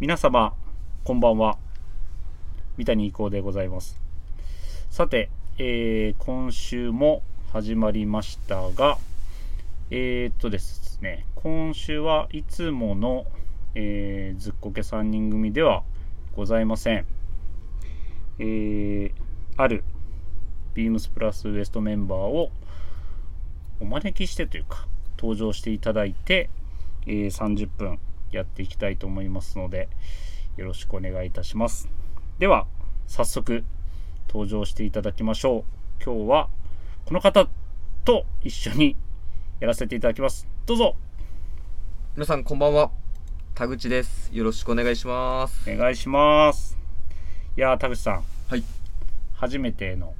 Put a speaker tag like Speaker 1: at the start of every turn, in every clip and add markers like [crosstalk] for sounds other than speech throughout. Speaker 1: 皆様こんばんは三谷幸でございますさて、えー今週も始まりましたがえー、っとですね今週はいつもの、えーずっこけ3人組ではございませんえーあるビームスプラスウエストメンバーをお招きしてというか登場していただいて、えー30分やっていきたいと思いますのでよろしくお願いいたしますでは早速登場していただきましょう今日はこの方と一緒にやらせていただきますどうぞ
Speaker 2: 皆さんこんばんは田口ですよろしくお願いします
Speaker 1: お願いしますいやー田口さん
Speaker 2: はい
Speaker 1: 初めての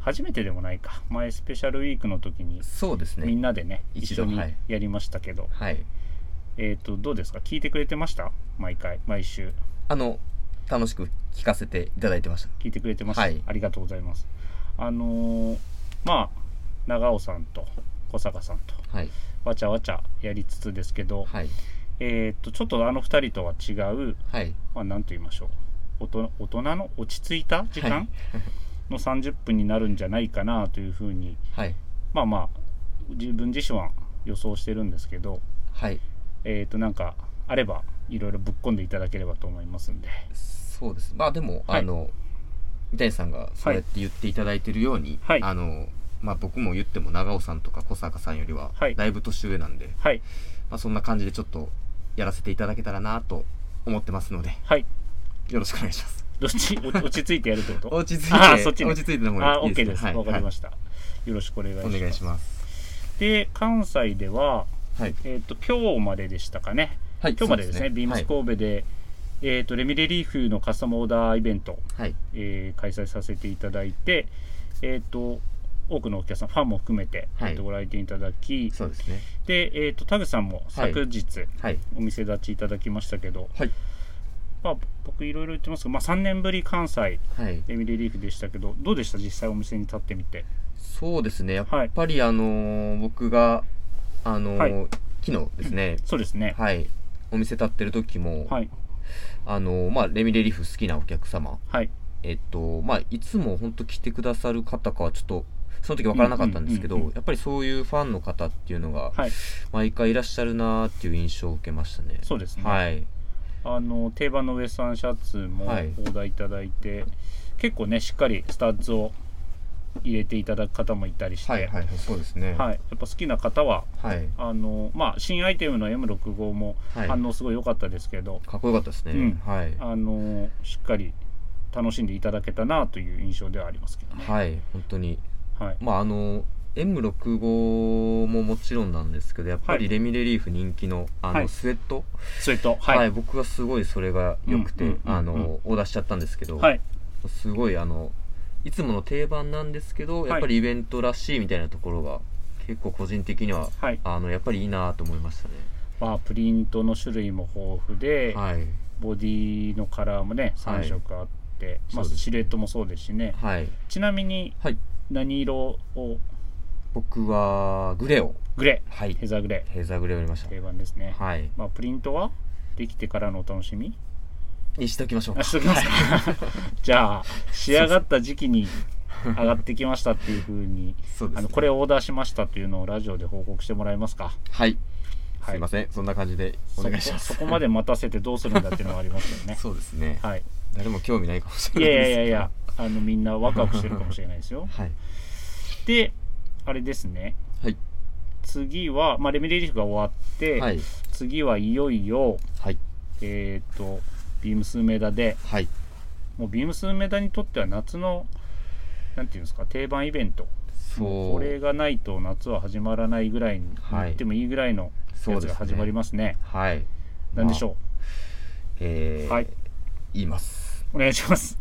Speaker 1: 初めてでもないか前スペシャルウィークの時に
Speaker 2: そうです
Speaker 1: みん
Speaker 2: ね
Speaker 1: なでね一
Speaker 2: 一
Speaker 1: 緒
Speaker 2: 度
Speaker 1: に
Speaker 2: はい
Speaker 1: やりましたけど、
Speaker 2: はい
Speaker 1: えっ、とどうですか聞いてくれてました毎回毎週
Speaker 2: あの楽しく聞かせていただいてました
Speaker 1: 聞いてくれてます、
Speaker 2: はい
Speaker 1: ありがとうございますあのーまあ長尾さんと小坂さんと
Speaker 2: はい
Speaker 1: わちゃわちゃやりつつですけど、
Speaker 2: はい
Speaker 1: えっ、とちょっとあの2人とは違う
Speaker 2: はい
Speaker 1: まあ、なんと言いましょう大人大人の落ち着いた時間、
Speaker 2: はい
Speaker 1: の30分になるんじゃないかなというふうに
Speaker 2: はい
Speaker 1: まあまあ自分自身は予想してるんですけど
Speaker 2: はい
Speaker 1: えっ、となんかあればいろいろぶっ込んでいただければと思いますんで
Speaker 2: そうですまあでも、
Speaker 1: はい
Speaker 2: あの三谷さんがそうやって言っていただいてるように、
Speaker 1: はい
Speaker 2: あのまあ僕も言っても長尾さんとか小坂さんよりは
Speaker 1: はい
Speaker 2: だいぶ年上なんで、
Speaker 1: はい
Speaker 2: まあそんな感じでちょっとやらせていただけたらなと思ってますので
Speaker 1: はい
Speaker 2: よろしくお願いします
Speaker 1: どっち
Speaker 2: [laughs]
Speaker 1: お落ち着いてやるってこと
Speaker 2: 落ち着いて
Speaker 1: あーそっちね
Speaker 2: 落ち着いての方
Speaker 1: あ
Speaker 2: が
Speaker 1: ー
Speaker 2: いい
Speaker 1: OK
Speaker 2: ですね
Speaker 1: です
Speaker 2: は
Speaker 1: わ、
Speaker 2: い
Speaker 1: かりま
Speaker 2: し
Speaker 1: した、よろしくお願い
Speaker 2: お願いし
Speaker 1: しま
Speaker 2: ます
Speaker 1: すで関西では
Speaker 2: はい
Speaker 1: えっ、と今日まででしたかね
Speaker 2: はい
Speaker 1: 今日までですねビームス神戸で、えー、とレミレリーフのカスタムオーダーイベント、
Speaker 2: はい
Speaker 1: えー開催させていただいて、えー、と多くのお客さんファンも含めて、
Speaker 2: はい
Speaker 1: えーとご来店いただき
Speaker 2: そうですね
Speaker 1: で、えー、と田口さんも昨日、
Speaker 2: はい
Speaker 1: お店立ちいただきましたけど、
Speaker 2: はい
Speaker 1: まあ、僕いろいろ言ってますけど、まあ、3年ぶり関西
Speaker 2: はい
Speaker 1: レミレリーフでしたけどどうでした実際お店に立ってみて
Speaker 2: そうですねやっ
Speaker 1: はい
Speaker 2: ぱりあのー僕があのー
Speaker 1: はい
Speaker 2: 昨日ですね
Speaker 1: そうですね
Speaker 2: はいお店立ってる時も、
Speaker 1: はい
Speaker 2: あのーまあレミレリーフ好きなお客様
Speaker 1: はい
Speaker 2: えっとまあいつも本当来てくださる方かはちょっとその時わからなかったんですけど、
Speaker 1: うんうんうんうん
Speaker 2: やっぱりそういうファンの方っていうのが
Speaker 1: はい
Speaker 2: 毎回いらっしゃるなーっていう印象を受けましたね。
Speaker 1: そうですね
Speaker 2: はい、
Speaker 1: あの定番のウエスタンシャツもオ
Speaker 2: はい
Speaker 1: ーダーいただいて、結構ねしっかりスタッズを入れていただく方もいたりして、
Speaker 2: はいはいはいそうですね。
Speaker 1: はいやっぱ好きな方は
Speaker 2: はい、
Speaker 1: あの、まあ、新アイテムの M65 も
Speaker 2: はい
Speaker 1: 反応すごい良かったですけど、
Speaker 2: かっこよかったですね。
Speaker 1: うん
Speaker 2: はい、
Speaker 1: あのしっかり楽しんでいただけたなという印象ではありますけどね。
Speaker 2: はい、本当に
Speaker 1: はい、
Speaker 2: まああの M65 ももちろんなんですけどやっぱ
Speaker 1: はい
Speaker 2: りレミレリーフ人気のあの、
Speaker 1: はい
Speaker 2: スウェット、
Speaker 1: それと、
Speaker 2: はい
Speaker 1: はい、
Speaker 2: 僕はすごいそれが良くて、
Speaker 1: うんうんうんうん
Speaker 2: あのオーダーしちゃったんですけど、
Speaker 1: はい、
Speaker 2: すごいあのいつもの定番なんですけど
Speaker 1: い
Speaker 2: やっぱりイベントらしいみたいなところが結構個人的には
Speaker 1: はい、
Speaker 2: あのやっぱりいいなと思いましたね。
Speaker 1: まあ、プリントの種類も豊富で、
Speaker 2: はい、
Speaker 1: ボディのカラーもね、
Speaker 2: はい
Speaker 1: 3色あって、まあ、
Speaker 2: そうですね
Speaker 1: シルエットもそうですしね。
Speaker 2: はい、
Speaker 1: ちなみに、
Speaker 2: はい、
Speaker 1: 何色を
Speaker 2: 僕はグレーを
Speaker 1: グレ
Speaker 2: は
Speaker 1: ー
Speaker 2: い
Speaker 1: ヘザーグレ
Speaker 2: ヘザーグレーを入れまし
Speaker 1: ー定番ですね、
Speaker 2: た。はい、
Speaker 1: まあ、プリントはできてからのお楽しみ
Speaker 2: にしておきましょう
Speaker 1: あ
Speaker 2: か。
Speaker 1: しときますか、
Speaker 2: はい [laughs]
Speaker 1: じゃあ仕上がった時期に上がってきましたっていうふうに
Speaker 2: そうです、ね。
Speaker 1: あのこれをオーダーしましたというのをラジオで報告してもらえますか
Speaker 2: はい。
Speaker 1: はい
Speaker 2: すいません、そんな感じでお願いします。
Speaker 1: そこそこまで待たせてどうするんだっていうのはありますよね
Speaker 2: [laughs] そうですね。
Speaker 1: はい
Speaker 2: 誰も興味ないかもし
Speaker 1: い
Speaker 2: れな
Speaker 1: や
Speaker 2: い
Speaker 1: い
Speaker 2: で
Speaker 1: やい
Speaker 2: すけど
Speaker 1: やいやあのみんなワクワクしてるかもしれないですよ
Speaker 2: はい。
Speaker 1: であれですね
Speaker 2: はい。
Speaker 1: 次は、まあ、レミレリーフが終わって、
Speaker 2: はい。
Speaker 1: 次はいよいよ
Speaker 2: はい。
Speaker 1: えっ、とビームス梅田で
Speaker 2: はい。
Speaker 1: もうビームス梅田にとっては夏のなんていうんですか定番イベント
Speaker 2: そう。
Speaker 1: これがないと夏は始まらないぐらいに
Speaker 2: はい
Speaker 1: 言ってもいいぐらいの
Speaker 2: そ
Speaker 1: や
Speaker 2: う
Speaker 1: つ
Speaker 2: です、
Speaker 1: が
Speaker 2: ね。
Speaker 1: 始まりますね。
Speaker 2: す。はい。
Speaker 1: なんでしょう、
Speaker 2: まあえー
Speaker 1: はい
Speaker 2: 言います。
Speaker 1: お願いします。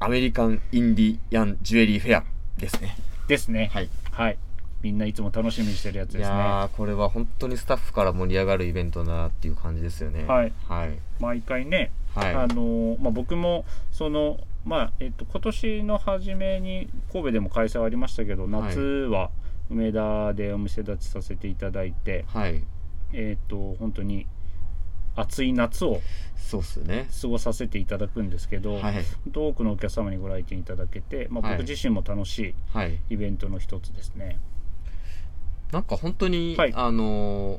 Speaker 2: アメリカン・インディアン・ジュエリー・フェアですね。
Speaker 1: ですね。
Speaker 2: はい。
Speaker 1: はい、みんないつも楽しみにしてるやつ
Speaker 2: い
Speaker 1: ですね。
Speaker 2: やー、これは本当にスタッフから盛り上がるイベントだなっていう感じですよね。
Speaker 1: はい。
Speaker 2: はい。
Speaker 1: 毎回ね、
Speaker 2: はい。
Speaker 1: あのーまあ、僕もその、まあえっと、今年の初めに神戸でも開催はありましたけど夏は梅田でお店立ちさせていただいて、
Speaker 2: はい。
Speaker 1: えっと本当に暑い夏を
Speaker 2: そうっすね。
Speaker 1: 過ごさせていただくんですけど、
Speaker 2: はい。
Speaker 1: 本当多くのお客様にご来店いただけて、まあ、
Speaker 2: はい
Speaker 1: 僕自身も楽し
Speaker 2: はい。
Speaker 1: いイベントの一つですね。
Speaker 2: なんか本当に、
Speaker 1: はい
Speaker 2: あのー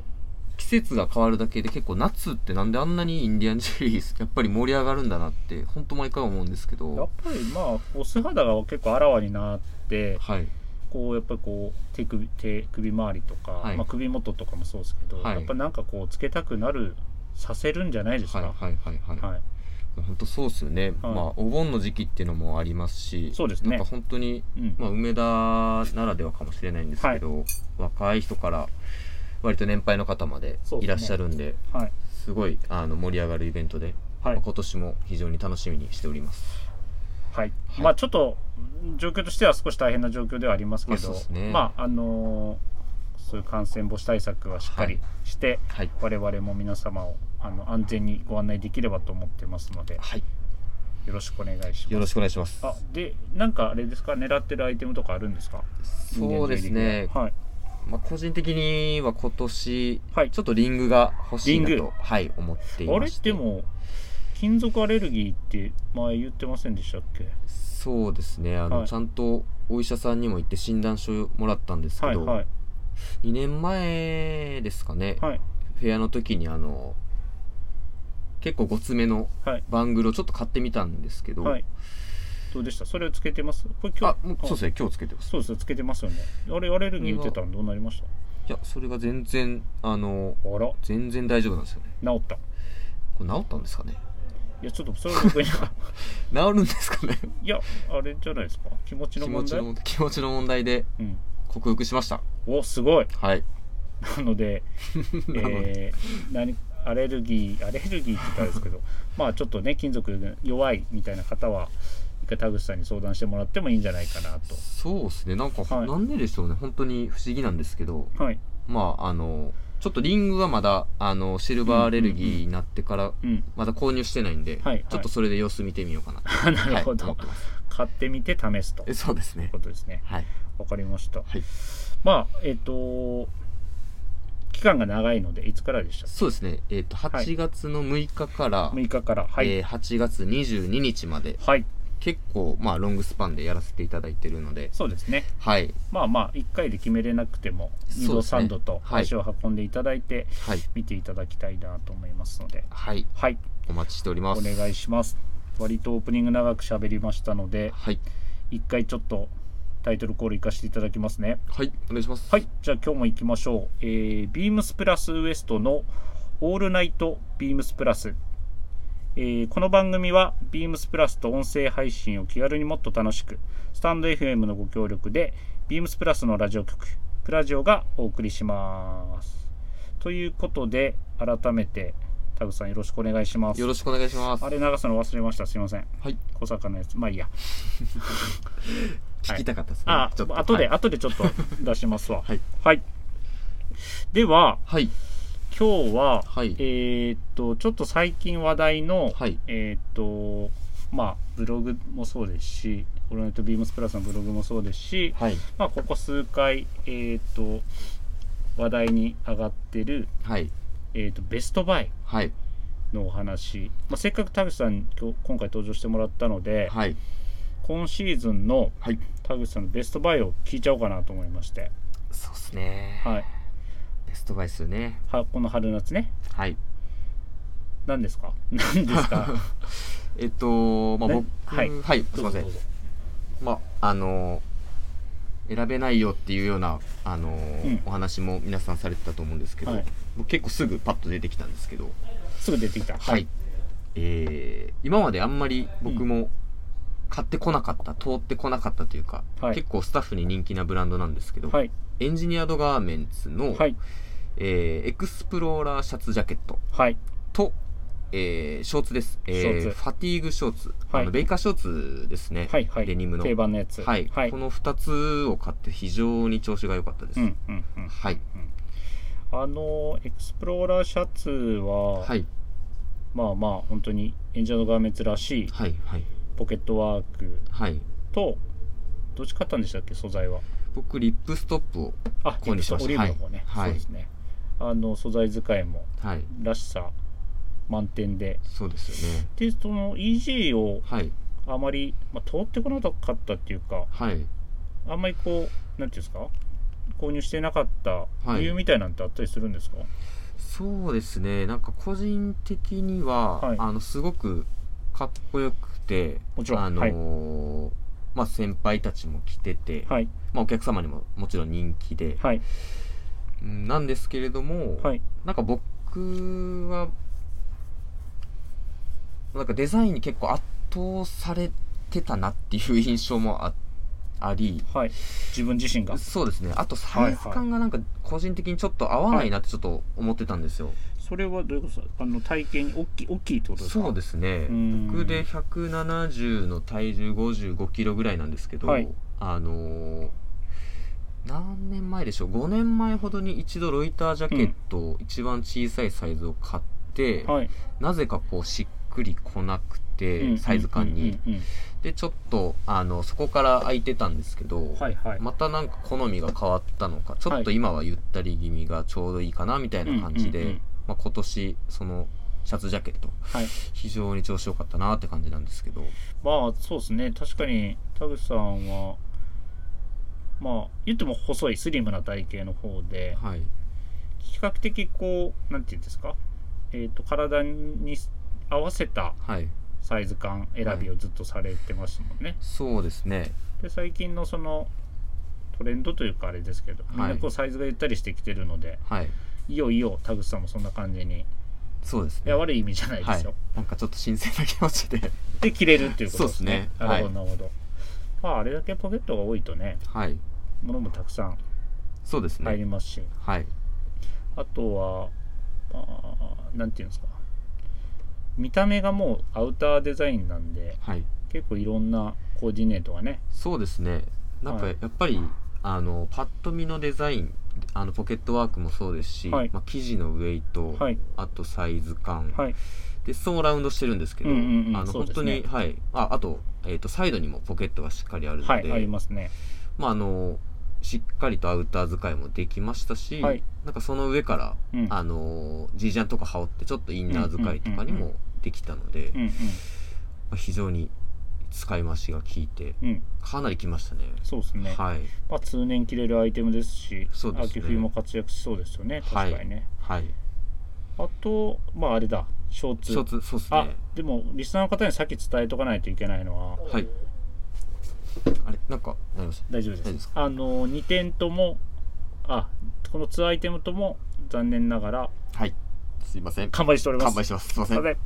Speaker 2: 季節が変わるだけで結構夏ってなんであんなにインディアンジェリーやっぱり盛り上がるんだなって本当毎回思うんです
Speaker 1: や
Speaker 2: け
Speaker 1: っ
Speaker 2: ど
Speaker 1: ぱりまあお素肌が結構あらわになって
Speaker 2: はい
Speaker 1: こうやっぱりこう手首手首周りとか、
Speaker 2: はい
Speaker 1: まあ、首元とかもそうですけど、
Speaker 2: はい
Speaker 1: やっぱなんかこうつけたくなるさせるんじゃないですか。
Speaker 2: はいはいはいはい、
Speaker 1: はい
Speaker 2: 本当そうっすよね、まあお盆の時期っていうのもありますし
Speaker 1: そうですね
Speaker 2: なんか本当に、
Speaker 1: うん
Speaker 2: まあ、梅田ならではかもしれないんですけど、若い人から割と年配の方まで
Speaker 1: そう
Speaker 2: い
Speaker 1: ですね
Speaker 2: らっしゃるんで
Speaker 1: はい
Speaker 2: すごいあの盛り上がるイベントで、
Speaker 1: はい
Speaker 2: まあ今年も非常に楽しみにしております
Speaker 1: はい
Speaker 2: はい
Speaker 1: まあちょっと状況としては少し大変な状況ではありますけ
Speaker 2: まあそう
Speaker 1: ど、
Speaker 2: ですね
Speaker 1: まああのーそういう感染防止対策はしっかりして、
Speaker 2: はい
Speaker 1: 我々も皆様をあの安全にご案内できればと思ってますので
Speaker 2: はい
Speaker 1: よろしくお願いし
Speaker 2: よ
Speaker 1: ま
Speaker 2: ろ
Speaker 1: す。
Speaker 2: しくお願いします
Speaker 1: あでなんかあれですか狙ってるアイテムとかあるんですか
Speaker 2: そうですね、
Speaker 1: はい
Speaker 2: まあ、個人的には今年、
Speaker 1: はい
Speaker 2: ちょっとリングが欲しいな
Speaker 1: リング
Speaker 2: と、はい、思ってい
Speaker 1: あ
Speaker 2: ま
Speaker 1: れ
Speaker 2: して
Speaker 1: でも金属アレルギーって前言ってませんでしたっけ
Speaker 2: そうですねあの、
Speaker 1: はい
Speaker 2: ちゃんとお医者さんにも行って診断書もらったんですけ
Speaker 1: はい
Speaker 2: ど、
Speaker 1: はい
Speaker 2: 2年前ですかね、
Speaker 1: はい
Speaker 2: フェアの時にあの結構ごつめの
Speaker 1: はい
Speaker 2: バングルをちょっと買ってみたんですけど、
Speaker 1: はいどうでしたそれをつけてますこれ今
Speaker 2: あ
Speaker 1: 日
Speaker 2: もうそうですね今日つけてます
Speaker 1: そうですねつけてますよねあれアレルギー言ってたのどうなりました
Speaker 2: いやそれが全然あの
Speaker 1: あら
Speaker 2: 全然大丈夫なんですよね
Speaker 1: 治った
Speaker 2: これ治ったんですかね
Speaker 1: いやちょっとそれ僕に
Speaker 2: 治るんですかね [laughs]
Speaker 1: いやあれじゃないですか気持ちの
Speaker 2: 気持
Speaker 1: 問
Speaker 2: ち
Speaker 1: 題
Speaker 2: の気持ちの問題で
Speaker 1: うん
Speaker 2: 克服しました
Speaker 1: おすごい
Speaker 2: はい
Speaker 1: なので
Speaker 2: [laughs] なので
Speaker 1: [laughs] えー何アレルギーアレルギーって言ったらですけど [laughs] まあちょっとね金属弱いみたいな方は一回田口さんに相談してもらってもいいんじゃないかな
Speaker 2: そうですねなんか、
Speaker 1: はい
Speaker 2: なんででしょうね本当に不思議なんですけど
Speaker 1: とはい
Speaker 2: まああのちょっとリングはまだあのシルバーアレルギーになってから
Speaker 1: うん
Speaker 2: まだ購入してないんで、
Speaker 1: はい
Speaker 2: ちょっとそれで様子見てみよう [laughs] かなと、
Speaker 1: あなるほど、
Speaker 2: はい思ってます
Speaker 1: 買ってみて試すとい
Speaker 2: え
Speaker 1: う
Speaker 2: そうですね
Speaker 1: ことですね
Speaker 2: はい
Speaker 1: わかりました、
Speaker 2: はい
Speaker 1: まあえっ、と期間が長いのでいつからでした
Speaker 2: そうですねえっ、と
Speaker 1: はい
Speaker 2: 8月の6日から、
Speaker 1: 6日からはい、
Speaker 2: えー8月22日まで
Speaker 1: はい
Speaker 2: 結構まあロングスパンでやらせていただいてるので
Speaker 1: そうですね
Speaker 2: はい
Speaker 1: まあまあ1回で決めれなくても2
Speaker 2: そう
Speaker 1: 度
Speaker 2: ですね
Speaker 1: 3度と
Speaker 2: はい
Speaker 1: 足を運んでいただいて
Speaker 2: はい
Speaker 1: 見ていただきたいなと思いますので
Speaker 2: はい
Speaker 1: はい
Speaker 2: お待ちしております
Speaker 1: お願いします割とオープニング長く喋りましたので
Speaker 2: はい
Speaker 1: 1回ちょっとタイトルコールいかせていただきますね
Speaker 2: はいお願いします
Speaker 1: はい、じゃあ今日も行きましょう。えー、ビームスプラスウエストのオールナイトビームスプラス。えーこの番組はビームスプラスと音声配信を気軽にもっと楽しく、スタンド FM のご協力で、ビームスプラスのラジオ局、プラジオがお送りします。ということで、改めて、タグさんよろしくお願いします。
Speaker 2: よろしくお願いします
Speaker 1: あれ流すの忘れました。すいません。
Speaker 2: はい
Speaker 1: 小坂のやつ。まあいいや。
Speaker 2: 聞きたかったですね、
Speaker 1: あ、
Speaker 2: ちょっと
Speaker 1: 後で、
Speaker 2: はい、
Speaker 1: 後でちょっと出しますわ。
Speaker 2: [laughs] はい。
Speaker 1: はい。では、
Speaker 2: はい
Speaker 1: 今日は、
Speaker 2: はい
Speaker 1: えーっとちょっと最近話題の、
Speaker 2: はい
Speaker 1: えーっとまあブログもそうですし「オールナイトビームスプラス」のブログもそうですし、
Speaker 2: はい
Speaker 1: まあ、ここ数回、えーっと話題に上がってる、
Speaker 2: はい
Speaker 1: えーっとベストバイ
Speaker 2: はい
Speaker 1: のお話、まあ、せっかく田口さんに今日今回登場してもらったので、
Speaker 2: はい
Speaker 1: 今シーズンの
Speaker 2: はい
Speaker 1: 田口さんのベストバイを聞いちゃおうかなと思いまして、
Speaker 2: そうですね
Speaker 1: はい、
Speaker 2: ベストバイですよね
Speaker 1: はこの春夏ね
Speaker 2: はい
Speaker 1: 何ですか何ですか
Speaker 2: えっとまあ
Speaker 1: ね
Speaker 2: 僕
Speaker 1: はい
Speaker 2: [laughs] すいませ
Speaker 1: どうぞ
Speaker 2: ん
Speaker 1: どうぞ
Speaker 2: まああの選べないよっていうようなあの、
Speaker 1: うん
Speaker 2: お話も皆さんされてたと思うんですけど、
Speaker 1: はい
Speaker 2: 僕結構すぐパッと出てきたんですけど
Speaker 1: すぐ出てきた
Speaker 2: はい、えー今まであんまり僕も買ってこなかった、通ってこなかったというか、
Speaker 1: はい
Speaker 2: 結構スタッフに人気なブランドなんですけど、
Speaker 1: はい
Speaker 2: エンジニアードガーメンツの、
Speaker 1: はい
Speaker 2: えーエクスプローラーシャツジャケット
Speaker 1: はい
Speaker 2: と、えーショーツです、えー
Speaker 1: ショーツ
Speaker 2: ファティーグショーツ、
Speaker 1: はい
Speaker 2: あのベイカーショーツですね、
Speaker 1: はいはい、
Speaker 2: デニムの
Speaker 1: 定番のやつ
Speaker 2: はい
Speaker 1: はい
Speaker 2: この2つを買って非常に調子が良かったです、
Speaker 1: うんうんうん
Speaker 2: はい
Speaker 1: あのエクスプローラーシャツは、
Speaker 2: はい
Speaker 1: まあまあ本当にエンジェルガーメンツらしい
Speaker 2: はいはい
Speaker 1: ポケットワーク
Speaker 2: はい
Speaker 1: とどっち買ったんでしたっけ素材は
Speaker 2: 僕リップストップを
Speaker 1: あ
Speaker 2: 購入しました
Speaker 1: オリーブの方ね、
Speaker 2: は
Speaker 1: そ
Speaker 2: い
Speaker 1: うですねあの素材使いも
Speaker 2: はい
Speaker 1: らしさ満点で。
Speaker 2: そうですよね
Speaker 1: で、その EG を
Speaker 2: はい
Speaker 1: あまり、まあ、通ってこなかったっていうか、
Speaker 2: はい
Speaker 1: あんまりこう、なんていうんですか、購入してなかった
Speaker 2: はい
Speaker 1: 理由みたいなんてあったりするんですか、
Speaker 2: そうですねなんか個人的には、
Speaker 1: はい
Speaker 2: あのすごくかっこよくて
Speaker 1: もちろん
Speaker 2: あのーまあ、先輩たちも来てて、
Speaker 1: はい、
Speaker 2: まあ、お客様にももちろん人気で、
Speaker 1: はい、
Speaker 2: うんなんですけれども、
Speaker 1: はい、
Speaker 2: なんか僕はなんかデザインに結構圧倒されてたなっていう印象もああり
Speaker 1: はい。自分自身が。
Speaker 2: そうですねあとサイズ感がなんか個人的にちょっと合わないなってちょっと思ってたんですよ、
Speaker 1: それはどういうことですかあの体型に大きい大きいってことですか
Speaker 2: そうですね
Speaker 1: うん
Speaker 2: 僕で170の体重55キロぐらいなんですけど、
Speaker 1: はい
Speaker 2: あのー何年前でしょう5年前ほどに一度ロイタージャケットを一番小さいサイズを買って、
Speaker 1: はい、
Speaker 2: なぜかこうしっくりこなくて、
Speaker 1: うん
Speaker 2: サイズ感に、
Speaker 1: うんうんうん
Speaker 2: でちょっとあのそこから空いてたんですけど、
Speaker 1: うんはいはい、
Speaker 2: またなんか好みが変わったのかちょっと今はゆったり気味がちょうどいいかなみたいな感じで、
Speaker 1: うんうんうん
Speaker 2: まあ、今年そのシャツジャケット
Speaker 1: はい、
Speaker 2: 非常に調子良かったなって感じなんですけど
Speaker 1: まあそうですね確かに田口さんはまあ言っても細いスリムな体型の方で
Speaker 2: はい
Speaker 1: 比較的こうなんていうんですか、えー、と体に合わせた
Speaker 2: はい
Speaker 1: サイズ感選びをずっとされてますもんね、
Speaker 2: そうですね
Speaker 1: で最近のそのトレンドというかあれですけどみんなこうサイズがゆったりしてきてるので、
Speaker 2: はい
Speaker 1: い、よいよ田口さんもそんな感じにい
Speaker 2: そうですね
Speaker 1: や悪い意味じゃないですよ、
Speaker 2: なんかちょっと新鮮な気持ち
Speaker 1: [laughs]
Speaker 2: で
Speaker 1: で着れるっていうことですね
Speaker 2: そうですね
Speaker 1: なるほどなるほど、まああれだけポケットが多いとね
Speaker 2: はい
Speaker 1: 物もたくさん
Speaker 2: そうですね
Speaker 1: 入りますし、
Speaker 2: はい
Speaker 1: あとは、まあ、なんていうんですか、見た目がもうアウターデザインなんで、
Speaker 2: はい
Speaker 1: 結構いろんなコーディネートがね、
Speaker 2: そうですねなんか
Speaker 1: は
Speaker 2: や
Speaker 1: い
Speaker 2: っぱり、あのパッと見のデザインあのポケットワークもそうですし、
Speaker 1: はい
Speaker 2: まあ、生地のウェイト、
Speaker 1: はい、
Speaker 2: あとサイズ感、
Speaker 1: はい、
Speaker 2: でそのラウンドしてるんですけど、
Speaker 1: うんうんうん
Speaker 2: あの
Speaker 1: そう
Speaker 2: 本
Speaker 1: です
Speaker 2: 当
Speaker 1: ね
Speaker 2: に、はいああと,、えー、とサイドにもポケットがしっかりあるので、
Speaker 1: はい、ありますね。
Speaker 2: まあ、あのしっかりとアウター使いもできましたし、
Speaker 1: はい
Speaker 2: なんかその上から、
Speaker 1: うん、
Speaker 2: あのジージャンとか羽織ってちょっとインナー使いとかに
Speaker 1: うんうんうん
Speaker 2: もできたので、
Speaker 1: うん
Speaker 2: まあ、非常に使い回しが効いて
Speaker 1: うん、うん、
Speaker 2: かなりきましたね
Speaker 1: そうですね。
Speaker 2: はい
Speaker 1: まあ、通年着れるアイテムですし、
Speaker 2: そうです
Speaker 1: 秋
Speaker 2: ね
Speaker 1: 冬も活躍しそうですよね、
Speaker 2: はい
Speaker 1: 確かにね。
Speaker 2: はい
Speaker 1: あと、まあ、あれだ、ショーツ。
Speaker 2: 一つそうです
Speaker 1: あ
Speaker 2: ね
Speaker 1: でも、リスナーの方に先伝えとかないといけないのは、
Speaker 2: はいあれなんかなりました
Speaker 1: 大丈夫です
Speaker 2: 大丈夫です
Speaker 1: あの2点ともあこの2アイテムとも残念ながら
Speaker 2: はいすいません
Speaker 1: 完売しております
Speaker 2: 完売してますすいません
Speaker 1: すいません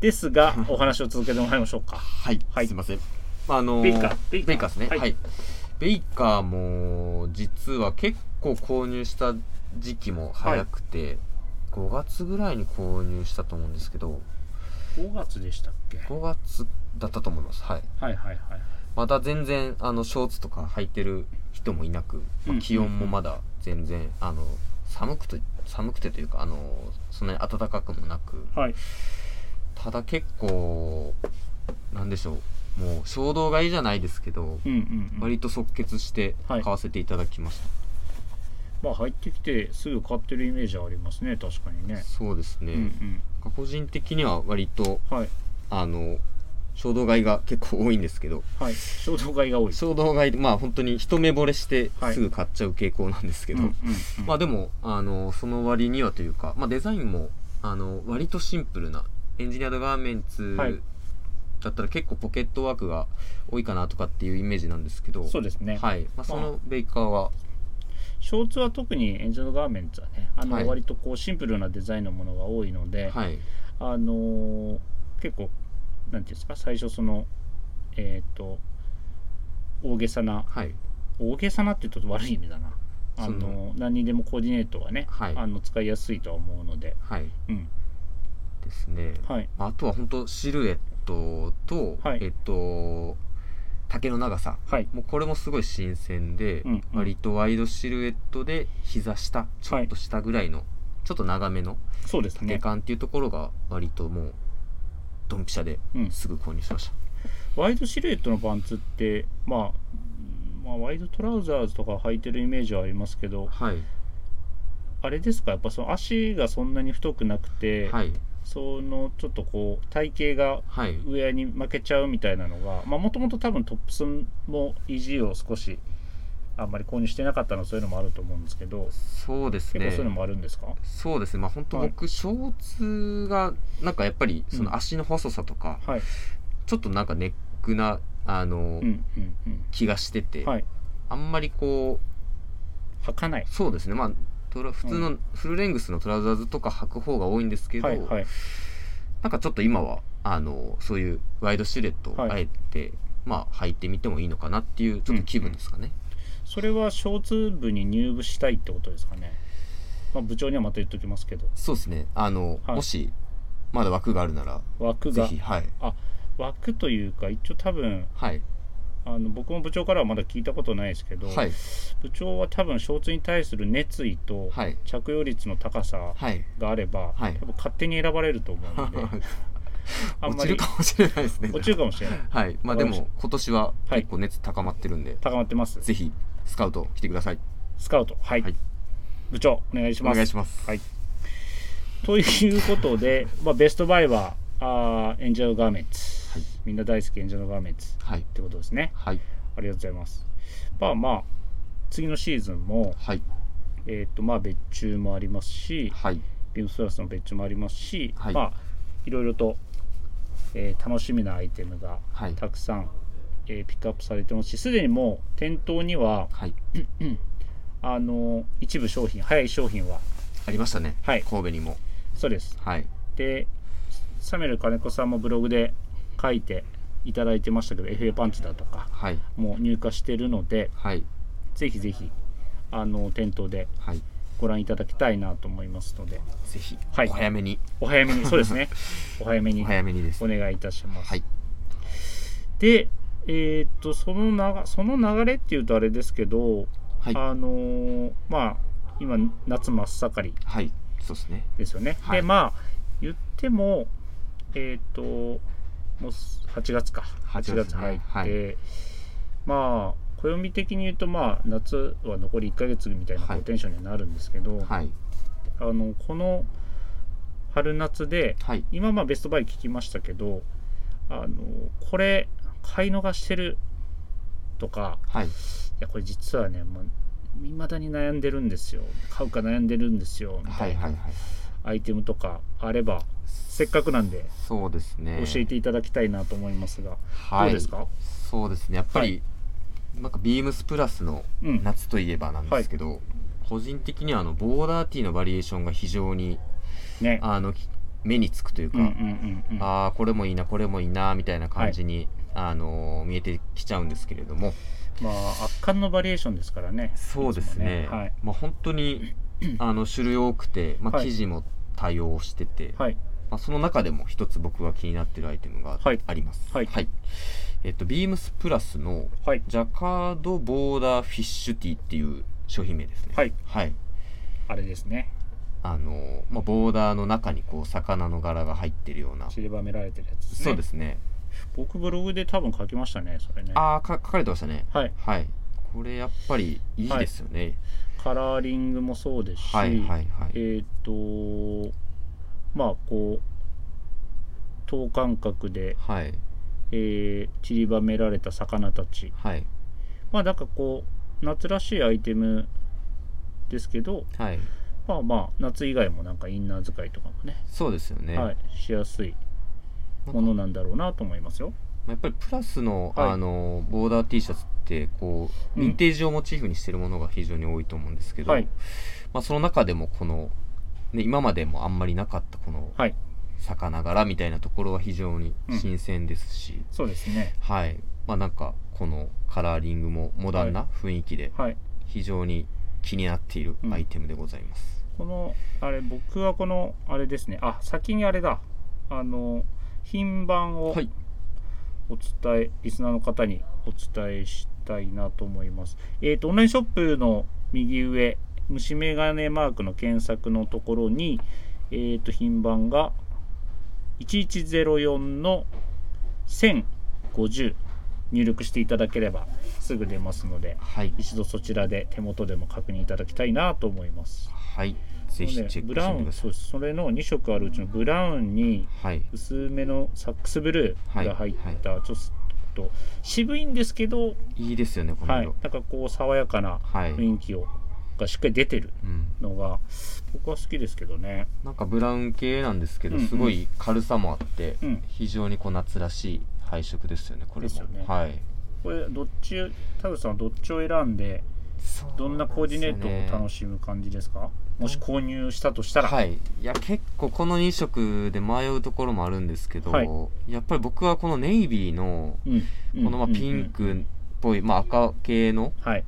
Speaker 1: です
Speaker 2: [laughs]
Speaker 1: がお話を続けてもらいましょうか
Speaker 2: はい、
Speaker 1: はい
Speaker 2: すいません。あの
Speaker 1: ベイカーベイカー
Speaker 2: ベイカーですね。
Speaker 1: は
Speaker 2: はいい。ベイカーも、実は結構購入した時期も早くて、5月ぐらいに購入したと思うんですけど、
Speaker 1: 5月でしたっけ
Speaker 2: 5月だったと思います。はい。
Speaker 1: はいはいはい
Speaker 2: まだ全然、あの、ショーツとか履いてる人もいなく、
Speaker 1: うんうん
Speaker 2: まあ気温もまだ全然、あの、寒くて、寒くてというか、あの、そんなに暖かくもなく、
Speaker 1: はい
Speaker 2: ただ結構、なんでしょう、もう衝動買いじゃないですけど、
Speaker 1: うんうん、うん、
Speaker 2: 割と即決して
Speaker 1: はい
Speaker 2: 買わせていただきまし
Speaker 1: まあ入ってきてすぐ買ってるイメージはありますね確かに
Speaker 2: た、
Speaker 1: ね
Speaker 2: そうですね、
Speaker 1: うん
Speaker 2: 個人的には割と
Speaker 1: うんはい
Speaker 2: あの衝動買いが結構多いんですけど
Speaker 1: はい衝動買いが多い
Speaker 2: 衝動買いまあ本当に一目惚れして
Speaker 1: はい
Speaker 2: すぐ買っちゃう傾向なんですけど、
Speaker 1: うんうんうん
Speaker 2: まあでもあのその割にはというか、まあ、デザインもあの割とシンプルなエンジニアードガーメン
Speaker 1: はい
Speaker 2: ツだったら結構ポケットワークが多いかなとかっていうイメージなんですけど
Speaker 1: そうですね、
Speaker 2: はいまあ、そのベイカーは、
Speaker 1: ショーツは特にエンジェルガーメンツはねあの、
Speaker 2: はい
Speaker 1: 割とこうシンプルなデザインのものが多いので、
Speaker 2: はい
Speaker 1: あのー結構なんていうんですか最初そのえっ、と大げさな
Speaker 2: はい
Speaker 1: 大げさなって言うと悪い意味だなあ
Speaker 2: そ
Speaker 1: の
Speaker 2: の
Speaker 1: 何にでもコーディネートはね、
Speaker 2: はい
Speaker 1: あの使いやすいとは思うので、
Speaker 2: はい
Speaker 1: うん、
Speaker 2: ですね、
Speaker 1: はい
Speaker 2: まああとは本当シルエットと、
Speaker 1: はい
Speaker 2: えっと丈の長さ
Speaker 1: はい
Speaker 2: もうこれもすごい新鮮で、
Speaker 1: うんうん
Speaker 2: 割とワイドシルエットで膝下ちょっと下ぐらいの、ちょっと長めの
Speaker 1: そうです
Speaker 2: 丈
Speaker 1: ね、
Speaker 2: 感っていうところが割ともうドンピシャで
Speaker 1: うん、
Speaker 2: すぐ購入しました、
Speaker 1: ワイドシルエットのパンツって、まあうんまあ、ワイドトラウザーズとか履いてるイメージはありますけど
Speaker 2: はい
Speaker 1: あれですかやっぱその足がそんなに太くなくて、
Speaker 2: はい
Speaker 1: そのちょっとこう体型が
Speaker 2: はい
Speaker 1: ウェアに負けちゃうみたいなのがもともと多分トップスも EG を少しあんまり購入してなかったのそういうのもあると思うんですけど
Speaker 2: そうです
Speaker 1: 結
Speaker 2: ね
Speaker 1: 構そういうのもあるんですか、
Speaker 2: そうですねまあ本当
Speaker 1: はい
Speaker 2: 僕、ショーツがなんかやっぱりそ
Speaker 1: うん
Speaker 2: の足の細さとか、
Speaker 1: はい
Speaker 2: ちょっとなんかネックなあの、
Speaker 1: うんうんうん
Speaker 2: 気がしてて、
Speaker 1: はい
Speaker 2: あんまりこう
Speaker 1: 履かない
Speaker 2: そうですねまあトラ普通のフルレングスのトラウザーズとか履く方が多いんですけど、
Speaker 1: はいはい
Speaker 2: なんかちょっと今はあのそういうワイドシルエットを
Speaker 1: はい
Speaker 2: あえて、まあ履いてみてもいいのかなっていうちょっと気分ですかね、
Speaker 1: それはショーツ部に入部したいってことですかね、まあ、部長にはまた言っときますけど
Speaker 2: そうですねあの、
Speaker 1: はい
Speaker 2: もしまだ枠があるなら
Speaker 1: 枠
Speaker 2: ぜ
Speaker 1: が
Speaker 2: ひはい
Speaker 1: 枠というか一応多分
Speaker 2: はい
Speaker 1: あの僕も部長からはまだ聞いたことないですけど、
Speaker 2: はい
Speaker 1: 部長は多分ショーツに対する熱意と
Speaker 2: はい
Speaker 1: 着用率の高さ
Speaker 2: はい [laughs]
Speaker 1: があれば、
Speaker 2: はい
Speaker 1: 多分勝手に選ばれると思うの
Speaker 2: [laughs]
Speaker 1: であん
Speaker 2: 落
Speaker 1: まり
Speaker 2: ちるかもしれないですね
Speaker 1: 落ちるかもしれない
Speaker 2: はいまあで
Speaker 1: わかり
Speaker 2: も今年は
Speaker 1: はい
Speaker 2: 結構熱高まってるんで、
Speaker 1: 高まってます
Speaker 2: ぜひスカウト来てください
Speaker 1: スカウトはい、
Speaker 2: はい
Speaker 1: 部長お願いし
Speaker 2: お
Speaker 1: ます
Speaker 2: 願いします
Speaker 1: はいということで、 [laughs] まあ、ベストバイはあーエンジェルガーメンツ、
Speaker 2: はい
Speaker 1: みんな大好きエンジェルガーメンツっ
Speaker 2: はい
Speaker 1: てことですね
Speaker 2: はい
Speaker 1: ありがとうございますまあまあ次のシーズンも、
Speaker 2: はい
Speaker 1: えー、とまあ別注もありますし
Speaker 2: はい
Speaker 1: ビームスプラスの別注もありますし、
Speaker 2: はい
Speaker 1: まあいろいろと、えー楽しみなアイテムが
Speaker 2: はい
Speaker 1: たくさん、えーピックアップされてますしすでにもう店頭には
Speaker 2: はい
Speaker 1: あの一部商品早い商品は
Speaker 2: ありましたね、
Speaker 1: はい
Speaker 2: 神戸にも
Speaker 1: そうです
Speaker 2: はい
Speaker 1: でサミュエル金子さんもブログで書いていただいてましたけど FA パンチだとか
Speaker 2: はい
Speaker 1: もう入荷してるので
Speaker 2: はい
Speaker 1: ぜひぜひあの店頭で
Speaker 2: はい
Speaker 1: ご覧いただきたいなと思いますので
Speaker 2: ぜひ、
Speaker 1: はい
Speaker 2: お早めに
Speaker 1: お早めにそうです
Speaker 2: [laughs]
Speaker 1: ねお早め
Speaker 2: お
Speaker 1: に
Speaker 2: 早めにです
Speaker 1: お願いいたします、
Speaker 2: はい
Speaker 1: でえーっとそのながその流れっていうとあれですけど、
Speaker 2: はい
Speaker 1: あのーまあ今夏真っ盛り
Speaker 2: はいそうですね
Speaker 1: ですよね、
Speaker 2: はい
Speaker 1: でまあ言ってもえっ、ともう8月か8月
Speaker 2: 8月
Speaker 1: 入って、
Speaker 2: ねはい
Speaker 1: まあ暦的に言うとまあ夏は残り1ヶ月みたいなこう
Speaker 2: はい
Speaker 1: テンションにはなるんですけど、
Speaker 2: はい
Speaker 1: あのこの春夏で
Speaker 2: はい
Speaker 1: 今まあベストバイ聞きましたけどあのこれ買い逃してるとか
Speaker 2: はい
Speaker 1: いやこれ実はねもう未だに悩んでるんですよ買うか悩んでるんですよみ
Speaker 2: は
Speaker 1: た
Speaker 2: い
Speaker 1: いな
Speaker 2: はいはい
Speaker 1: アイテムとかあればせっかくなんで
Speaker 2: そうですね
Speaker 1: 教えていただきたいなと思いますが、
Speaker 2: はい
Speaker 1: どうですか
Speaker 2: そうですねやっぱり、
Speaker 1: はい
Speaker 2: なんかビームスプラスの
Speaker 1: うん
Speaker 2: 夏といえばなんですけど、個人的にはあのボーダーティーのバリエーションが非常に
Speaker 1: ね
Speaker 2: あのき目につくというか、
Speaker 1: うんうんうんうんは
Speaker 2: ああこれもいいなこれもいいなみたいな感じに、あのー見えてきちゃうんですけれども
Speaker 1: いまあ圧巻のバリエーションですからね
Speaker 2: そうです
Speaker 1: い
Speaker 2: ね
Speaker 1: つもはい
Speaker 2: まあ、本当に
Speaker 1: [clears throat]
Speaker 2: あの種類多くて、まあ、
Speaker 1: はい
Speaker 2: 生地も対応してて、
Speaker 1: はい
Speaker 2: まあ、その中でも一つ僕が気になってるアイテムが
Speaker 1: はい
Speaker 2: あります。
Speaker 1: はい
Speaker 2: えっと、ビームスプラスの
Speaker 1: はい
Speaker 2: ジャカードボーダーフィッシュティーっていう商品名ですね。
Speaker 1: はい
Speaker 2: はい
Speaker 1: あれですね
Speaker 2: あのまあ、ボーダーの中にこう魚の柄が入ってるような、
Speaker 1: 散りばめられてるやつですね
Speaker 2: そうですね
Speaker 1: 僕ブログで多分書きましたねそれね
Speaker 2: ああ書かれてましたね
Speaker 1: はい
Speaker 2: はいこれやっぱりいいですよね、
Speaker 1: カラーリングもそうですし、
Speaker 2: はい、はいはい
Speaker 1: えーっ、とまあこう等間隔で、
Speaker 2: はい
Speaker 1: えー散りばめられた魚たち
Speaker 2: はい
Speaker 1: まあなんかこう夏らしいアイテムですけど
Speaker 2: はい
Speaker 1: まあまあ夏以外もなんかインナー使いとかもね
Speaker 2: そうですよね、
Speaker 1: はい、しやすい
Speaker 2: なんか
Speaker 1: ものなんだろうなと思いますよ。
Speaker 2: まあやっぱりプラスの,、
Speaker 1: はい
Speaker 2: あのボーダー T シャツってこう
Speaker 1: う
Speaker 2: ヴ
Speaker 1: ん
Speaker 2: ィンテージをモチーフにしてるものが非常に多いと思うんですけど、
Speaker 1: はい
Speaker 2: まあ、その中でもこの、ね、今までもあんまりなかったこの
Speaker 1: はい
Speaker 2: 魚柄みたいなところは非常に新鮮ですし、
Speaker 1: そうですね。
Speaker 2: はいまあなんかこのカラーリングもモダンな雰囲気で
Speaker 1: はい。
Speaker 2: 非常に気になっているアイテムでございます、
Speaker 1: このあれ僕はこのあれですね。あ先にあれだ。あの品番を
Speaker 2: はい
Speaker 1: お伝えリスナーの方にお伝えしたいなと思います。えっ、とオンラインショップの右上虫眼鏡マークの検索のところにえっ、と品番が1104の1050入力していただければすぐ出ますので
Speaker 2: はい
Speaker 1: 一度そちらで手元でも確認いただきたいなと思います
Speaker 2: はいぜひチェックして
Speaker 1: ブ
Speaker 2: み
Speaker 1: ラ
Speaker 2: て
Speaker 1: ウ
Speaker 2: くだ
Speaker 1: ン
Speaker 2: さ
Speaker 1: そ
Speaker 2: いう
Speaker 1: ですそれの2色あるうちのブラウンに
Speaker 2: はい
Speaker 1: 薄めのサックスブルーが入った、ちょっと渋いんですけど、
Speaker 2: いいですよねこの
Speaker 1: はい、
Speaker 2: 色
Speaker 1: なんかこう爽やかな
Speaker 2: はい、
Speaker 1: 雰囲気をがしっかり出てる
Speaker 2: うん、
Speaker 1: のが僕は好きですけどね
Speaker 2: なんかブラウン系なんですけど、
Speaker 1: うんうん
Speaker 2: すごい軽さもあって、
Speaker 1: うん
Speaker 2: 非常にこう夏らしい配色ですよねこれ
Speaker 1: で
Speaker 2: も
Speaker 1: すよね
Speaker 2: はい
Speaker 1: これどっち田口さんはどっちを選んでどんなコーディネートを楽
Speaker 2: し
Speaker 1: しむ感じですかもし購入したとしたら、
Speaker 2: はいいや結構この2色で迷うところもあるんですけど、
Speaker 1: はい
Speaker 2: やっぱり僕はこのネイビーの
Speaker 1: うんうん
Speaker 2: このまあ
Speaker 1: うん
Speaker 2: ピンクっぽい、まあ、赤系の
Speaker 1: はい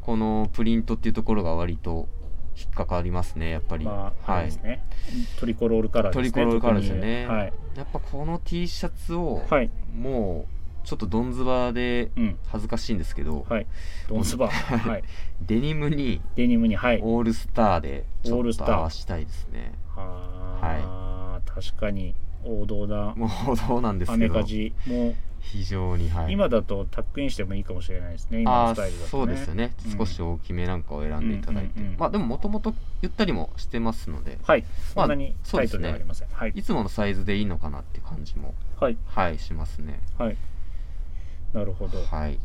Speaker 2: このプリントっていうところが割と引っかかりますねやっぱり、
Speaker 1: まあ、あ
Speaker 2: は
Speaker 1: れ
Speaker 2: い
Speaker 1: ですねトリコロールカラーですね
Speaker 2: トリコロールカラーですよね
Speaker 1: 特にはい、
Speaker 2: やっぱこの T シャツを、
Speaker 1: はい、
Speaker 2: もうちょっとどんずばで
Speaker 1: うん
Speaker 2: 恥ずかしいんですけど、
Speaker 1: はいドンスバ
Speaker 2: [laughs]
Speaker 1: ー、はい、
Speaker 2: デニムに
Speaker 1: デニムにはい
Speaker 2: オールスターでち
Speaker 1: オー
Speaker 2: ょ
Speaker 1: ル
Speaker 2: っ
Speaker 1: スタ
Speaker 2: と
Speaker 1: ー
Speaker 2: 合わしたいですね
Speaker 1: あー確かに王道な
Speaker 2: もうそうなんで
Speaker 1: ア
Speaker 2: すけ
Speaker 1: メ
Speaker 2: ど
Speaker 1: カジも
Speaker 2: 非常にはい
Speaker 1: 今だとタックインしてもいいかもしれないですね今
Speaker 2: あ
Speaker 1: の
Speaker 2: あ
Speaker 1: スタイルだと、ね、
Speaker 2: そうですよね、
Speaker 1: うん
Speaker 2: 少し大きめなんかを選んでいただいて、
Speaker 1: うんうんうん
Speaker 2: まあでももともとゆったりもしてますので
Speaker 1: はい
Speaker 2: まあ
Speaker 1: そんなにタイトではありません、はい
Speaker 2: いつものサイズでいいのかなって感じも
Speaker 1: はい
Speaker 2: はいしますね
Speaker 1: はいなるほど
Speaker 2: はい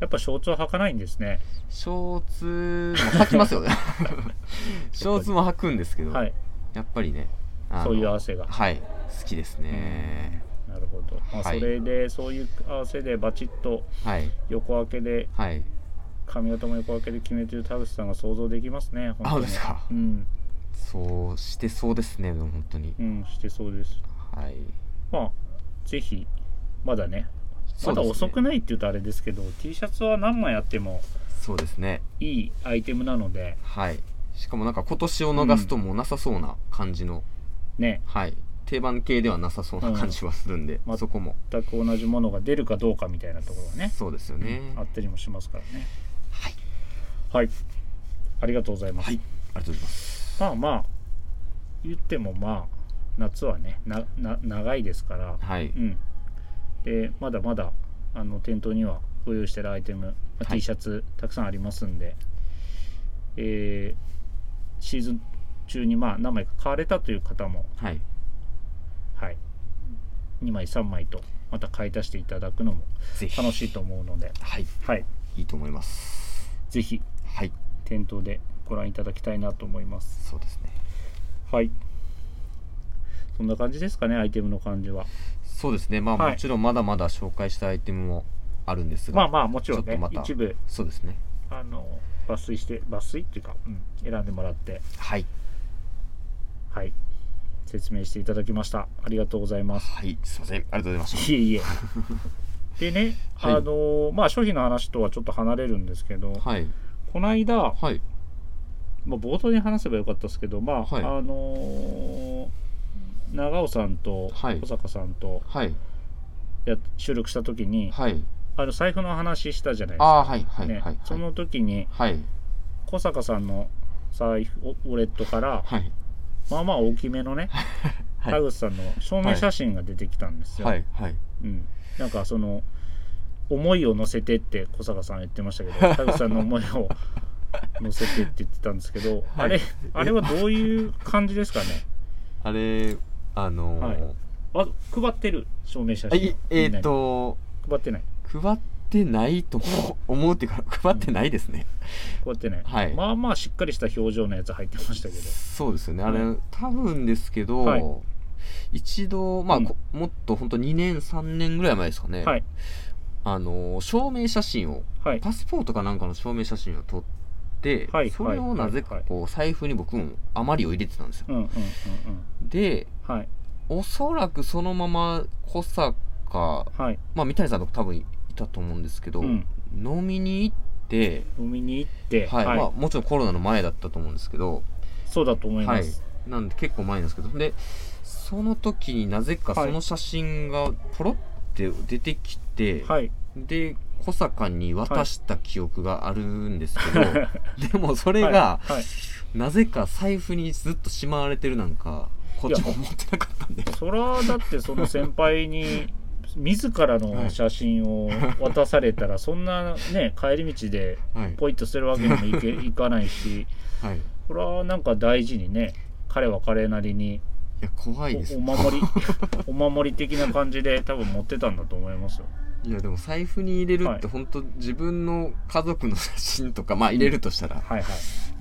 Speaker 1: やっぱショーツは履かないんですね
Speaker 2: ショーツも履きま
Speaker 1: [laughs]
Speaker 2: すよね [laughs] ショーツも履くんですけど、
Speaker 1: はい
Speaker 2: やっぱりねあの
Speaker 1: そういう汗が
Speaker 2: はい好きですね、
Speaker 1: なるほど、まあ、そ
Speaker 2: はい
Speaker 1: れでそういう合わせでバチッと
Speaker 2: はい
Speaker 1: 横分けで
Speaker 2: はい
Speaker 1: 髪型も横分けで決めてる田口さんが想像できますね本当に
Speaker 2: あそうですか
Speaker 1: うん
Speaker 2: そうしてそうですねでも本当に、
Speaker 1: うんしてそうです
Speaker 2: はい
Speaker 1: まあぜひまだね
Speaker 2: そ
Speaker 1: ま
Speaker 2: う
Speaker 1: だ
Speaker 2: ですね
Speaker 1: 遅くないって言うとあれですけど T シャツは何枚あっても
Speaker 2: そうですね
Speaker 1: いいアイテムなので
Speaker 2: はいしかもなんか今年を逃すともうなさそうな感じの、
Speaker 1: ね
Speaker 2: はい定番系ではなさそうな感じはするんで、
Speaker 1: まあ
Speaker 2: そこも
Speaker 1: 全く同じものが出るかどうかみたいなところがね
Speaker 2: そうですよね、
Speaker 1: あ
Speaker 2: あ
Speaker 1: ったりもしますからね
Speaker 2: はい
Speaker 1: はいありがとうございます、
Speaker 2: はいりがとうございます
Speaker 1: まあまあ言ってもまあ夏はねなな長いですから
Speaker 2: はい、
Speaker 1: うんでまだまだあの店頭にはご用意してるアイテム、まあ
Speaker 2: は
Speaker 1: T
Speaker 2: い
Speaker 1: シャツたくさんありますんで、えーシーズン中にまあ何枚か買われたという方も
Speaker 2: はい
Speaker 1: はい2枚3枚とまた買い足していただくのも
Speaker 2: ぜひ
Speaker 1: 楽しいと思うので、
Speaker 2: はい
Speaker 1: はい、
Speaker 2: いいと思います
Speaker 1: ぜひ
Speaker 2: はい
Speaker 1: 店頭でご覧いただきたいなと思います
Speaker 2: そうですね
Speaker 1: はいそんな感じですかねアイテムの感じは
Speaker 2: そうですねまあ、
Speaker 1: はい
Speaker 2: もちろんまだまだ紹介したアイテムもあるんです
Speaker 1: ま
Speaker 2: が
Speaker 1: あまあもちろん
Speaker 2: ちょっ
Speaker 1: ね
Speaker 2: とまた
Speaker 1: 一部
Speaker 2: そうですね
Speaker 1: あの抜粋して抜粋っていうか、うん、選んでもらって
Speaker 2: はい
Speaker 1: はい説明していただきましたありがとうございます
Speaker 2: はいすいませんありがとうございました
Speaker 1: いえい
Speaker 2: [laughs]
Speaker 1: えでね、
Speaker 2: はい
Speaker 1: あのまあ商品の話とはちょっと離れるんですけど、
Speaker 2: はい
Speaker 1: この間、
Speaker 2: はい
Speaker 1: まあ、冒頭に話せばよかったですけどまあ、
Speaker 2: はい
Speaker 1: あのー長尾さんと
Speaker 2: はい
Speaker 1: 小坂さんと
Speaker 2: はい
Speaker 1: や収録した時に、
Speaker 2: はい
Speaker 1: あの財布の話したじゃないです
Speaker 2: あ
Speaker 1: か、
Speaker 2: あはいはいはい
Speaker 1: ね
Speaker 2: はい
Speaker 1: その時に
Speaker 2: はい
Speaker 1: 小坂さんの財布ウォレットから
Speaker 2: はい
Speaker 1: まあまあ大きめのね、
Speaker 2: [laughs] はい
Speaker 1: 田口さんの証明写真が出てきたんですよ、
Speaker 2: はいはい
Speaker 1: うん、なんかその思いを乗せてって小坂さんは言ってました
Speaker 2: [laughs]
Speaker 1: けど田口さんの思いを乗せてって言ってたんですけど、
Speaker 2: [laughs] はい
Speaker 1: あれあれはどういう感じですかね
Speaker 2: あれあのー
Speaker 1: はいあ配ってる証明写
Speaker 2: あい
Speaker 1: 真
Speaker 2: え
Speaker 1: みん
Speaker 2: ー
Speaker 1: な
Speaker 2: っ
Speaker 1: に
Speaker 2: と
Speaker 1: 配ってない
Speaker 2: 配ってないと思う [laughs] 思うっていうか配ってないですね、
Speaker 1: 配ってない、
Speaker 2: はい
Speaker 1: まあまあしっかりした表情のやつ入ってましたけど
Speaker 2: そうですよねあれ、
Speaker 1: う
Speaker 2: 多分ですけど、
Speaker 1: はい
Speaker 2: 一度まあ、
Speaker 1: うん
Speaker 2: こもっと本当2年3年ぐらい前ですかね、
Speaker 1: はい
Speaker 2: あのー証明写真を
Speaker 1: はい
Speaker 2: パスポートかなんかの証明写真を撮って、
Speaker 1: はい
Speaker 2: それをなぜかこう財布に僕も余りを入れてたんですよ
Speaker 1: うんうんうんうん
Speaker 2: で
Speaker 1: はい
Speaker 2: おそらくそのまま小坂
Speaker 1: はい
Speaker 2: まあ三谷さんとか多分いたと思うんですけど、
Speaker 1: うん
Speaker 2: 飲みに行って、
Speaker 1: 飲みに行って、
Speaker 2: はいまあ、もちろんコロナの前だったと思うんですけど、
Speaker 1: そうだと思い
Speaker 2: は
Speaker 1: ま
Speaker 2: い
Speaker 1: す、、
Speaker 2: なんで結構前なんですけどでその時になぜか
Speaker 1: はい
Speaker 2: その写真がポロって出てきて、
Speaker 1: はい
Speaker 2: で小坂に渡した記憶があるんですけど、 [laughs] でもそれが
Speaker 1: はいはい
Speaker 2: なぜか財布にずっとしまわれてるなんかこっちも思ってなかったんで
Speaker 1: そらだってその先輩に自らの写真を渡された
Speaker 2: [laughs]
Speaker 1: ら、そんなね、帰り道で
Speaker 2: はい
Speaker 1: ポイッとするわけにも
Speaker 2: [laughs]
Speaker 1: いけいかないし、
Speaker 2: はいい
Speaker 1: これはなんか大事にね、彼は彼なりに
Speaker 2: や怖いです
Speaker 1: おお守り、 [laughs] お守り的な感じで多分持ってたんだと思いますよ。
Speaker 2: いやでも財布に入れる
Speaker 1: は
Speaker 2: っ
Speaker 1: い
Speaker 2: て本当自分の家族の写真とかまあ入れるとしたら
Speaker 1: はいは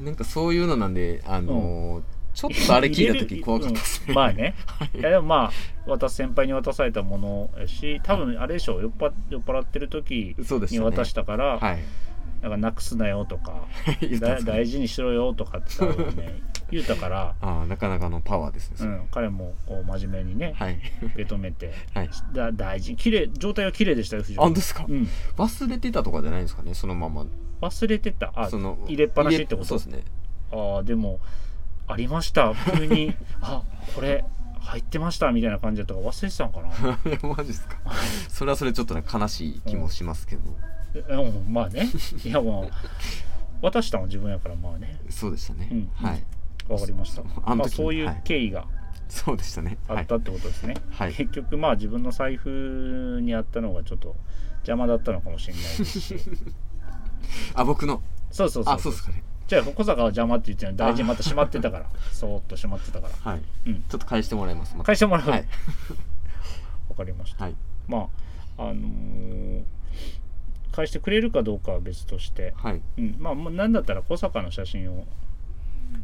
Speaker 1: い。
Speaker 2: なんかそういうのなんであのーちょっとあれ聞いた時怖かったです
Speaker 1: うん
Speaker 2: ね
Speaker 1: まあね。いやでもまあ、私先輩に渡されたものやし、多分あれでしょう、酔っぱ酔っ払ってる時
Speaker 2: そうです
Speaker 1: に
Speaker 2: よね
Speaker 1: 渡したから、
Speaker 2: はい
Speaker 1: なんかなくすなよとか、
Speaker 2: 言ったんで
Speaker 1: [laughs] だ
Speaker 2: すか
Speaker 1: 大事にしろよとかって多分
Speaker 2: [laughs]
Speaker 1: ね、言うたから、
Speaker 2: ああなかなかのパワーですねそうれ
Speaker 1: ん、彼もこう真面目にね、
Speaker 2: はい
Speaker 1: 受け止めて、
Speaker 2: はい
Speaker 1: だ大事に、綺麗、状態は綺麗でしたよ、藤
Speaker 2: あ本
Speaker 1: 本
Speaker 2: 当ですか
Speaker 1: うん、
Speaker 2: 忘れてたとかじゃないんですかねそのまま
Speaker 1: 忘れてた。あ
Speaker 2: その
Speaker 1: 入れっぱなしってこと
Speaker 2: そうですね [laughs]
Speaker 1: ああでもありました急
Speaker 2: [laughs]
Speaker 1: にあこれ入ってましたみたいな感じだったから忘れてたのか
Speaker 2: [laughs] マ
Speaker 1: [laughs]
Speaker 2: ジですかそれはそれちょっとね悲しい気もしますけど
Speaker 1: なうんまあねいやまあ渡したの自分やからまあね
Speaker 2: そうでしたね
Speaker 1: うん
Speaker 2: はい
Speaker 1: わかりました
Speaker 2: そうあの時
Speaker 1: まあ、そうい
Speaker 2: は
Speaker 1: う
Speaker 2: い
Speaker 1: 経緯が
Speaker 2: そうでしたね
Speaker 1: あ
Speaker 2: は
Speaker 1: っ
Speaker 2: い
Speaker 1: たってことですね、
Speaker 2: はい
Speaker 1: 結局まあ自分の財布にあったのがちょっと邪魔だったのかもしれないですし
Speaker 2: あ僕の
Speaker 1: [laughs] そうそうそう
Speaker 2: あそうですかね
Speaker 1: じゃあ小坂は邪魔って言ってるのは大事にまた閉まってたからそーっと閉まってたから
Speaker 2: はい
Speaker 1: うん
Speaker 2: ちょっと返してもらいますまた
Speaker 1: 返してもらう、
Speaker 2: は
Speaker 1: わ
Speaker 2: い
Speaker 1: かりました
Speaker 2: はい
Speaker 1: まああのー返してくれるかどうかは別として、
Speaker 2: はい
Speaker 1: うん、まあもう何だったら小坂の写真を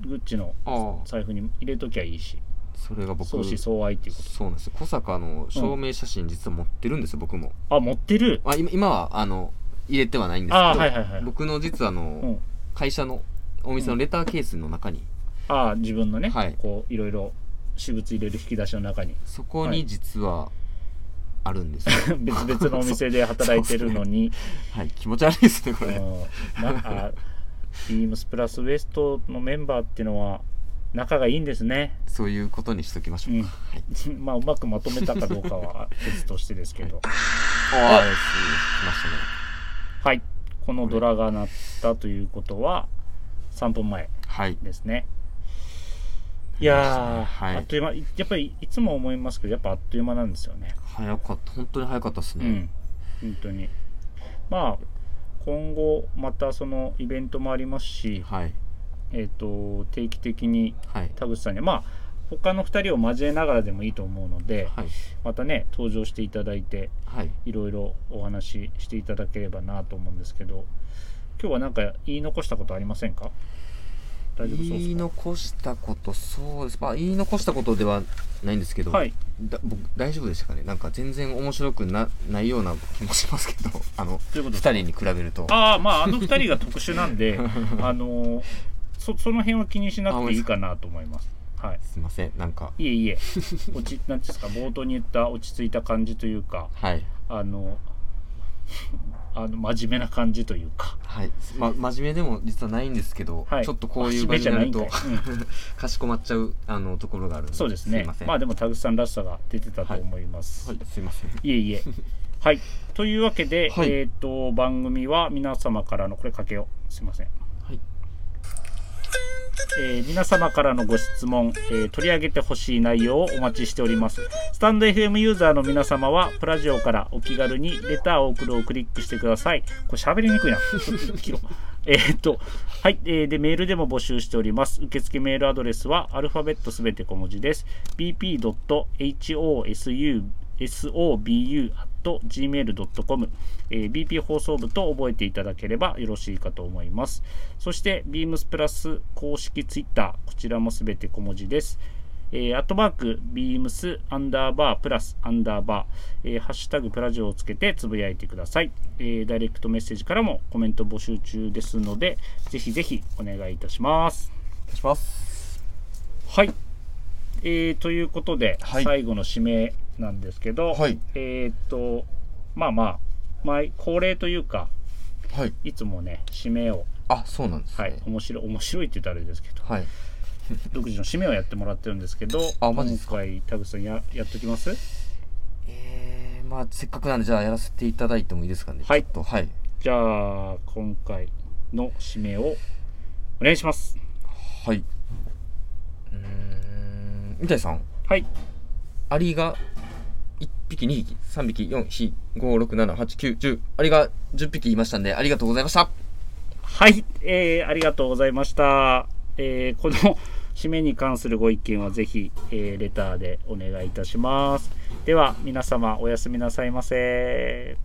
Speaker 1: グッチの
Speaker 2: ああ
Speaker 1: 財布に入れときゃいいし
Speaker 2: それが僕
Speaker 1: 相思相愛っていうこ
Speaker 2: そうなんですよ小坂の証明写真実は持ってるんですよ、僕も、
Speaker 1: とあ持ってる
Speaker 2: まあ、今今はあの入れてはないんですけど、
Speaker 1: ああはいはいはい、
Speaker 2: 僕の実はあの、
Speaker 1: うん、
Speaker 2: 会社のお店のレターケースの中に、
Speaker 1: ああ自分のね、
Speaker 2: はい
Speaker 1: こういろいろ私物入れる引き出しの中に
Speaker 2: そこ
Speaker 1: はい
Speaker 2: に実はあるんで
Speaker 1: [laughs]
Speaker 2: すよ、
Speaker 1: 別々のお店で働いてるのに、
Speaker 2: はい気持ち悪いですねこ
Speaker 1: う
Speaker 2: れ、
Speaker 1: んなあビームスプラスウエストのメンバーっていうのは仲がいいんですね [laughs]
Speaker 2: そういうことにしときましょうか、
Speaker 1: うん
Speaker 2: はい
Speaker 1: まあうまくまとめたかどうかは別としてですけど、
Speaker 2: ああ来ましたね
Speaker 1: はい、このドラが鳴ったということは3分前
Speaker 2: はい
Speaker 1: ですね。いやー、
Speaker 2: はい
Speaker 1: あっという間、いやっぱりいつも思いますけど、やっぱあっという間なんですよね。
Speaker 2: 早かった本当に早かったです
Speaker 1: う
Speaker 2: ね、
Speaker 1: ん、本当に。まあ、今後、またそのイベントもありますし、
Speaker 2: はい
Speaker 1: えっ、と、定期的に
Speaker 2: はい
Speaker 1: 田口さんに、まあ、他の2人を交えながらでもいいと思うので、
Speaker 2: はい
Speaker 1: またね、登場していただいて、
Speaker 2: はい
Speaker 1: いろいろお話ししていただければなと思うんですけど今日は何か言い残したことありませんか大丈夫そうで
Speaker 2: 言い
Speaker 1: す
Speaker 2: 残したことそうですまあ言い残したことではないんですけど、
Speaker 1: かはい
Speaker 2: だ僕大丈夫でしたかねなんか全然面白くなないような気もしますけど [laughs] あの
Speaker 1: ということ
Speaker 2: 2
Speaker 1: で
Speaker 2: 人に比べると
Speaker 1: ああまああの2人が特殊なん
Speaker 2: [laughs]
Speaker 1: であのーそその辺は気にしなくていいかなと思いますはい
Speaker 2: すいませんなんか
Speaker 1: いえ
Speaker 2: [laughs]
Speaker 1: いえ落ちなんていうんですか冒頭に言った落ち着いた感じというか
Speaker 2: はい
Speaker 1: あの [laughs] あの真面目な感じというか
Speaker 2: はい、ま、真面目でも実はないんですけど、
Speaker 1: はい
Speaker 2: ちょっとこういう場になる
Speaker 1: 真
Speaker 2: と
Speaker 1: 面目じゃないんかい
Speaker 2: [laughs] かしこまっちゃうあのところがあるんで
Speaker 1: そうです
Speaker 2: す
Speaker 1: ね
Speaker 2: いません、
Speaker 1: まあでも田口さんらしさが出てたと思います、
Speaker 2: はい、すいませ
Speaker 1: い
Speaker 2: ん
Speaker 1: えい
Speaker 2: [laughs]
Speaker 1: え。はい。というわけで、
Speaker 2: はい
Speaker 1: えっ、と、番組は皆様からの、これかけよう。すいません。
Speaker 2: はい
Speaker 1: えー皆様からのご質問、えー取り上げてほしい内容をお待ちしております。スタンド FM ユーザーの皆様は、プラジオからお気軽にレターを送るをクリックしてください。これ喋りにくいな。ちょっと切ろう [laughs] えーっと、はい、えーで、メールでも募集しております。受付メールアドレスは、アルファベットすべて小文字です。bp.hosobu.gmail.com、えー bp 放送部と覚えていただければよろしいかと思います。そして、beams プラス公式ツイッター、こちらもすべて小文字です。えー、アットマーク、ビームス、アンダーバー、プラス、アンダーバー、えーハッシュタグ、プラジオをつけてつぶやいてください、えーダイレクトメッセージからもコメント募集中ですので、ぜひぜひお願いいたします。
Speaker 2: 失礼します
Speaker 1: はい。えーということで、
Speaker 2: はい
Speaker 1: 最後の指名なんですけど、
Speaker 2: はい
Speaker 1: えーっと、まあまあ、毎恒例というか、
Speaker 2: はい
Speaker 1: いつもね、指名を、
Speaker 2: あそうなんですね
Speaker 1: はい、面白い、面白いって言ったらあれですけど、
Speaker 2: はい、
Speaker 1: 独自の指名をやってもらってるんですけど、
Speaker 2: あマジです
Speaker 1: 今回、田口さんや、やっときます
Speaker 2: えー、まあせっかくなんでじゃあやらせていただいてもいいですかね
Speaker 1: はい
Speaker 2: ちょっとはい
Speaker 1: じゃあ、今回の指名をお願いします。
Speaker 2: はいうーん三谷さん
Speaker 1: はい。
Speaker 2: アリが1匹、2匹、3匹、4匹、5、6、7、8、9、10。あれが10匹いましたんで、ありがとうございました。
Speaker 1: はい、えー、ありがとうございました。えー、この締めに関するご意見はぜひ、えー、レターでお願いいたします。では、皆様おやすみなさいませ。